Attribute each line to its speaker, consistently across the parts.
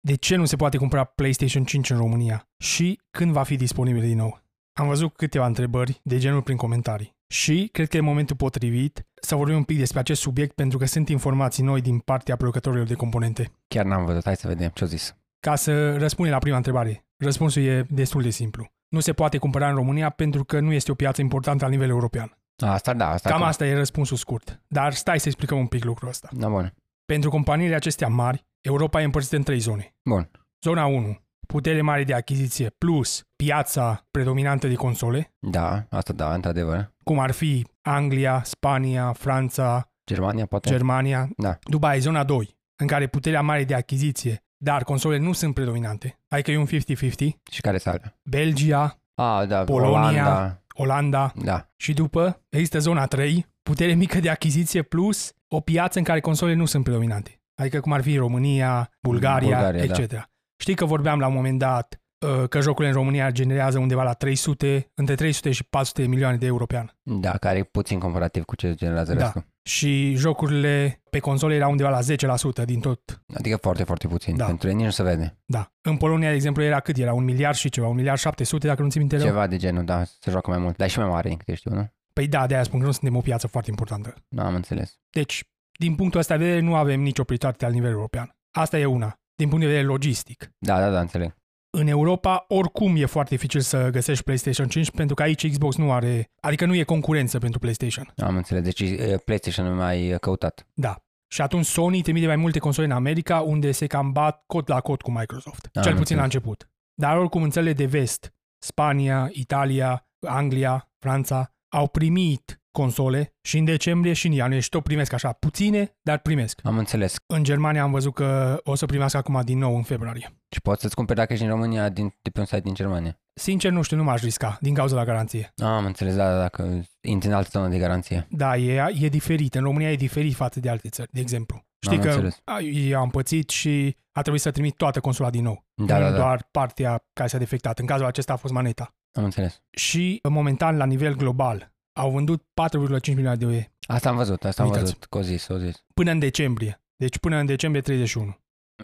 Speaker 1: de ce nu se poate cumpăra PlayStation 5 în România și când va fi disponibil din nou. Am văzut câteva întrebări de genul prin comentarii și cred că e momentul potrivit să vorbim un pic despre acest subiect pentru că sunt informații noi din partea producătorilor de componente.
Speaker 2: Chiar n-am văzut, hai să vedem ce-au zis.
Speaker 1: Ca să răspundem la prima întrebare, răspunsul e destul de simplu. Nu se poate cumpăra în România pentru că nu este o piață importantă la nivel european.
Speaker 2: Asta da, asta
Speaker 1: Cam asta e răspunsul scurt, dar stai să explicăm un pic lucrul ăsta.
Speaker 2: Da, bun.
Speaker 1: Pentru companiile acestea mari, Europa e împărțită în trei zone.
Speaker 2: Bun.
Speaker 1: Zona 1, putere mare de achiziție plus piața predominantă de console,
Speaker 2: Da, asta da, într-adevăr.
Speaker 1: cum ar fi Anglia, Spania, Franța,
Speaker 2: Germania poate?
Speaker 1: Germania.
Speaker 2: Da.
Speaker 1: După aia e zona 2, în care puterea mare de achiziție, dar consolele nu sunt predominante, adică e un 50-50,
Speaker 2: și care țară?
Speaker 1: Belgia,
Speaker 2: A, da,
Speaker 1: Polonia.
Speaker 2: Olanda.
Speaker 1: Olanda,
Speaker 2: Da,
Speaker 1: Și după există zona 3, putere mică de achiziție plus o piață în care consolele nu sunt predominante. Adică cum ar fi România, Bulgaria,
Speaker 2: Bulgaria,
Speaker 1: Bulgaria etc. Da. Știi că vorbeam la un moment dat uh, că jocurile în România generează undeva la 300, între 300 și 400 de milioane de euro pe an.
Speaker 2: da, care e puțin comparativ cu ce generează
Speaker 1: Da.
Speaker 2: restul.
Speaker 1: Și jocurile pe console erau undeva la 10% din tot.
Speaker 2: Adică foarte, foarte puțin.
Speaker 1: Da.
Speaker 2: Pentru ei nici nu se vede.
Speaker 1: Da. În Polonia, de exemplu, era cât? Era un miliard și ceva, un miliard 700, dacă nu țin minte rău.
Speaker 2: Ceva de genul, da, se joacă mai mult. Dar e și mai mare din câte știu, nu?
Speaker 1: Păi da, de aia spun că nu suntem o piață foarte importantă.
Speaker 2: Nu am înțeles.
Speaker 1: Deci, din punctul ăsta de vedere, nu avem nicio prioritate la nivel european. Asta e una. Din punct de vedere logistic.
Speaker 2: Da, da, da, înțeleg.
Speaker 1: În Europa, oricum e foarte dificil să găsești PlayStation 5 pentru că aici Xbox nu are, adică nu e concurență pentru PlayStation.
Speaker 2: Am înțeles. Deci e, PlayStation nu mai e căutat.
Speaker 1: Da. Și atunci Sony trimite mai multe console în America unde se cam bat cot la cot cu Microsoft.
Speaker 2: Da,
Speaker 1: Da, cel
Speaker 2: am
Speaker 1: puțin la
Speaker 2: înțeles.
Speaker 1: început. Dar oricum în țările de vest, Spania, Italia, Anglia, Franța, au primit console și în decembrie și în ianuarie și tot primesc așa, puține, dar primesc.
Speaker 2: Am înțeles.
Speaker 1: În Germania am văzut că o să primească acum din nou în februarie.
Speaker 2: Și poți să-ți cumperi dacă ești în România din, de pe un site din Germania.
Speaker 1: Sincer, nu știu, nu m-aș risca din cauza la garanție.
Speaker 2: Am înțeles, da, da, dacă intri în altă zonă de garanție.
Speaker 1: Da, e, e diferit. În România e diferit față de alte țări, de exemplu. Știi
Speaker 2: Am
Speaker 1: că
Speaker 2: înțeles.
Speaker 1: a, eu am pățit și a trebuit să trimit toată consola din nou.
Speaker 2: Da,
Speaker 1: nu
Speaker 2: da, da,
Speaker 1: doar partea care s-a defectat. În cazul acesta a fost maneta.
Speaker 2: am înțeles.
Speaker 1: Și, momentan, la nivel global, au vândut 4,5 milioane de UE
Speaker 2: Asta am văzut, asta am
Speaker 1: Uitați.
Speaker 2: văzut, că o zis, o zis.
Speaker 1: până în decembrie. Deci până în decembrie 31.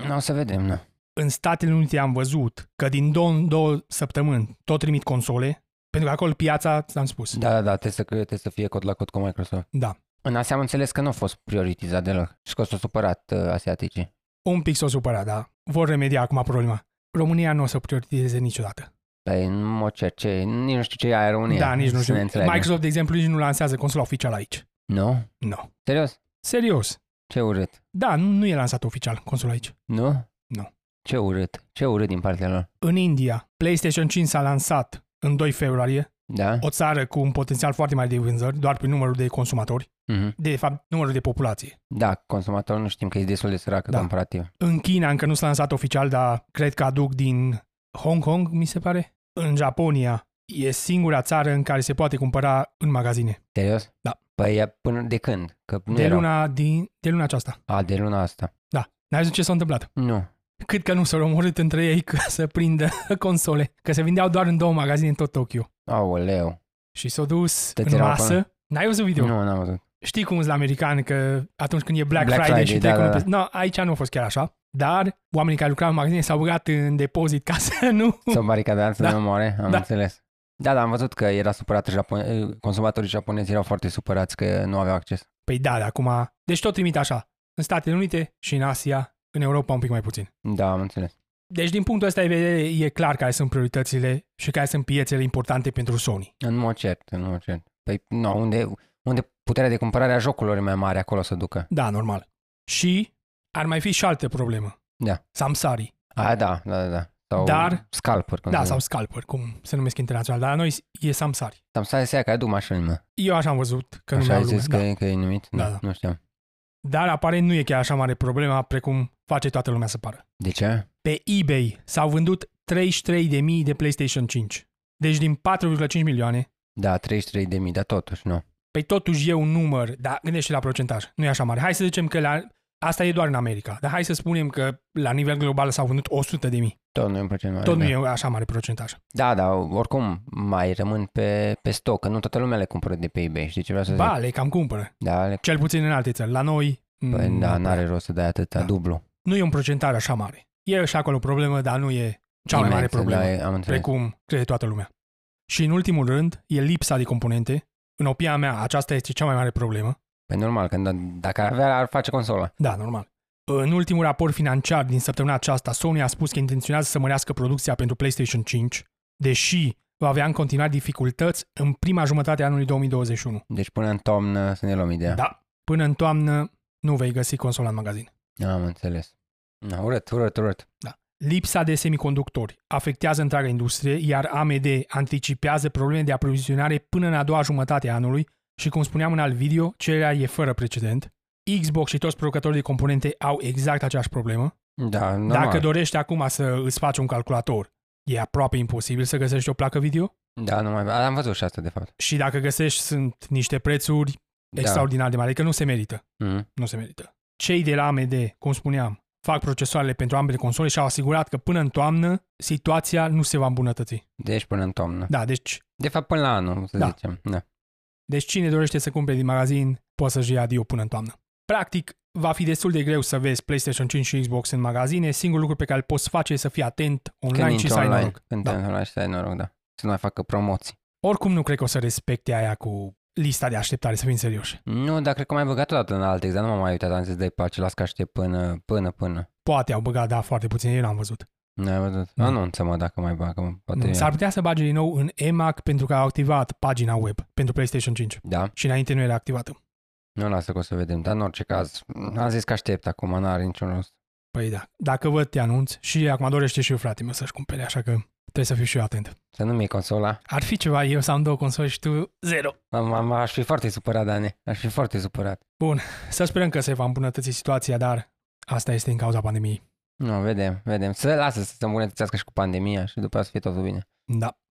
Speaker 2: Nu, o să vedem, nu.
Speaker 1: În Statele Unite am văzut că din două, în două săptămâni tot trimit console, pentru că acolo piața, ți-am spus,
Speaker 2: Da, da, da, trebuie să, trebuie să fie cot la cot cu Microsoft.
Speaker 1: Da.
Speaker 2: În Asia am înțeles că nu a fost prioritizat deloc și că s-au supărat uh, asiaticii.
Speaker 1: Un pic s-o supărat, da. Vor remedia acum problema. România nu o să prioritizeze niciodată.
Speaker 2: Păi nu o cer, ce, nici nu știu ce e aia România.
Speaker 1: da, nici nu
Speaker 2: să
Speaker 1: știu.
Speaker 2: ne înțelegem.
Speaker 1: Microsoft, de exemplu, nici nu lansează consola oficială aici.
Speaker 2: Nu?
Speaker 1: Nu.
Speaker 2: Serios?
Speaker 1: Serios.
Speaker 2: Ce urât.
Speaker 1: Da, nu, nu e lansat oficial consola aici.
Speaker 2: Nu?
Speaker 1: Nu.
Speaker 2: Ce urât. Ce urât din partea lor.
Speaker 1: În India, PlayStation 5 s-a lansat în 2 februarie,
Speaker 2: Da?
Speaker 1: o țară cu un potențial foarte mare de vânzări, doar prin numărul de consumatori,
Speaker 2: Mhm.
Speaker 1: de fapt numărul de populație.
Speaker 2: Da, consumatorul nu știm că e destul de săracă
Speaker 1: Da.
Speaker 2: comparativ.
Speaker 1: În China încă nu s-a lansat oficial, dar cred că aduc din Hong Kong, mi se pare. În Japonia e singura țară în care se poate cumpăra în magazine.
Speaker 2: Serios?
Speaker 1: Da.
Speaker 2: Păi e până de când? Că nu
Speaker 1: De
Speaker 2: erau.
Speaker 1: luna, din, de luna aceasta.
Speaker 2: A, de luna asta.
Speaker 1: N-ai văzut ce s-a întâmplat?
Speaker 2: Nu.
Speaker 1: Cât că nu s-au omorât între ei ca să prindă console, că se vindeau doar în două magazine în tot Tokyo.
Speaker 2: Aoleu.
Speaker 1: Și s-au dus
Speaker 2: Te
Speaker 1: în
Speaker 2: ținau
Speaker 1: masă.
Speaker 2: până-
Speaker 1: N-ai văzut video?
Speaker 2: Nu, n-am văzut.
Speaker 1: Știi cum sunt la americani că atunci când e Black,
Speaker 2: Black
Speaker 1: Friday,
Speaker 2: Friday,
Speaker 1: și
Speaker 2: da,
Speaker 1: trecul...
Speaker 2: da,
Speaker 1: pe- No, aici nu a fost chiar așa. Dar oamenii care lucrau în magazine s-au băgat în depozit ca să nu...
Speaker 2: S-au baricadat să
Speaker 1: Da.
Speaker 2: nu moare, am
Speaker 1: Da.
Speaker 2: înțeles. Da, da, am văzut că era supărat Japon... consumatorii japonezi erau foarte supărați că nu aveau acces.
Speaker 1: Păi da, de acum... Deci tot trimit așa. În Statele Unite și în Asia, în Europa un pic mai puțin.
Speaker 2: Da, am înțeles.
Speaker 1: Deci din punctul ăsta de vedere e clar care sunt prioritățile și care sunt piețele importante pentru Sony.
Speaker 2: În mod cert, în mod cert. Păi, nu, unde, unde puterea de cumpărare a jocurilor e mai mare, acolo să ducă.
Speaker 1: Da, normal. Și ar mai fi și altă problemă.
Speaker 2: Da.
Speaker 1: Samsari.
Speaker 2: A, da, da, da, da. Sau
Speaker 1: Dar-
Speaker 2: scalpuri, cum
Speaker 1: Da,
Speaker 2: se
Speaker 1: sau scalper, cum se numesc internațional. Dar la noi e samsari.
Speaker 2: Am stai să ia care duc mașini, mă.
Speaker 1: Eu așa am văzut că nu
Speaker 2: Așa
Speaker 1: mi-au
Speaker 2: ai
Speaker 1: lume.
Speaker 2: zis că,
Speaker 1: Da.
Speaker 2: e, că e numit?
Speaker 1: Da,
Speaker 2: nu,
Speaker 1: da.
Speaker 2: nu știam.
Speaker 1: Dar aparent nu e chiar așa mare problema precum face toată lumea să pară.
Speaker 2: De ce?
Speaker 1: Pe eBay s-au vândut 33.000 de PlayStation 5. Deci din 4,5 milioane,
Speaker 2: Da, 33 de mii, dar totuși nu.
Speaker 1: pe totuși e un număr, dar gândește la procentaj, nu e așa mare. Hai să zicem că la, asta e doar în America, dar hai să spunem că la nivel global s-au vândut 100.000.
Speaker 2: Tot nu e un procent mare.
Speaker 1: Tot
Speaker 2: da.
Speaker 1: nu e așa mare procentaj.
Speaker 2: Da, dar oricum mai rămân pe, pe stoc, că nu toată lumea le cumpără de pe eBay, știi ce vreau să zic?
Speaker 1: Ba, le cam cumpără.
Speaker 2: Da, le...
Speaker 1: Cel puțin în alte țări. La noi,
Speaker 2: Păi,
Speaker 1: mm,
Speaker 2: da, n-are rost să dai atâta
Speaker 1: Da.
Speaker 2: dublu.
Speaker 1: nu e un procentaj așa mare. E și acolo o problemă, dar nu e cea mai mare
Speaker 2: Imensă,
Speaker 1: problemă,
Speaker 2: Da, am înțeles.
Speaker 1: precum crede toată lumea. Și în ultimul rând, e lipsa de componente. În opinia mea, aceasta este cea mai mare problemă.
Speaker 2: Pe Păi, normal, că d- dacă ar avea, ar face consola.
Speaker 1: Da, normal. În ultimul raport financiar din săptămâna aceasta, Sony a spus că intenționează să mărească producția pentru PlayStation 5, deși va avea în continuare dificultăți în prima jumătate a anului 2021.
Speaker 2: Deci până în toamnă să ne luăm ideea.
Speaker 1: Da. Până în toamnă nu vei găsi consola în magazin.
Speaker 2: Am înțeles. Da, urât, urât, urât.
Speaker 1: Lipsa de semiconductori afectează întreaga industrie, iar AMD anticipează probleme de aprovizionare până în a doua jumătate a anului și, cum spuneam în alt video, cererea e fără precedent. Xbox și toți producătorii de componente au exact aceeași problemă.
Speaker 2: Da, normal.
Speaker 1: Normal. Dacă dorești acum să îți faci un calculator, e aproape imposibil să găsești o placă video
Speaker 2: Da, nu mai... Am văzut și asta, de fapt.
Speaker 1: și dacă găsești sunt niște prețuri extraordinar de mari, că nu se merită.
Speaker 2: Da. Mm.
Speaker 1: Nu se merită. Cei de la AMD, cum spuneam, fac procesoarele pentru ambele console și au asigurat că până în toamnă situația nu se va îmbunătăți.
Speaker 2: Deci până în toamnă.
Speaker 1: Da, deci,
Speaker 2: De fapt, până la anul, să
Speaker 1: Da.
Speaker 2: zicem. Da.
Speaker 1: deci cine dorește să cumpere din magazin, poate să-și ia adio până în toamnă. Practic, va fi destul de greu să vezi PlayStation 5 și Xbox în magazine. Singurul lucru pe care îl poți face e să fii atent online
Speaker 2: Când
Speaker 1: și
Speaker 2: intri
Speaker 1: să ai
Speaker 2: online.
Speaker 1: noroc.
Speaker 2: Când
Speaker 1: Da.
Speaker 2: da. online și să ai noroc, da. Să nu mai facă promoții.
Speaker 1: Oricum nu cred că o să respecte aia cu lista de așteptare, să fim serioși.
Speaker 2: Nu, dar cred că m-ai băgat odată în alt examen, nu m-am mai uitat, am zis de pace, las că aștept până, până, până.
Speaker 1: Poate au băgat, da, foarte puțin, eu n-am văzut.
Speaker 2: Nu ai văzut?
Speaker 1: Nu.
Speaker 2: Anunță-mă dacă mai bagă, mă, poate...
Speaker 1: Nu. Da. Mm, S-ar putea să bage din nou în EMAC pentru că au activat pagina web pentru PlayStation 5
Speaker 2: Da,
Speaker 1: și înainte nu era activată.
Speaker 2: nu lasă că o să vedem, dar în orice caz, am zis că aștept acum, n-are niciun rost.
Speaker 1: Păi da, dacă văd te anunț și acum dorește și eu frate meu să-și cumpere, așa că trebuie să fiu și eu atent.
Speaker 2: Să nu-mi iei consola.
Speaker 1: Ar fi ceva, eu să am două console și tu zero.
Speaker 2: Am, am, aș fi foarte supărat, Dane, aș fi foarte supărat.
Speaker 1: Să sperăm că se va îmbunătăți situația, dar asta este din cauza pandemiei.
Speaker 2: Nu, vedem, vedem. Să lasă să se îmbunătățească și cu pandemia și după aia să fie totul bine.
Speaker 1: Da.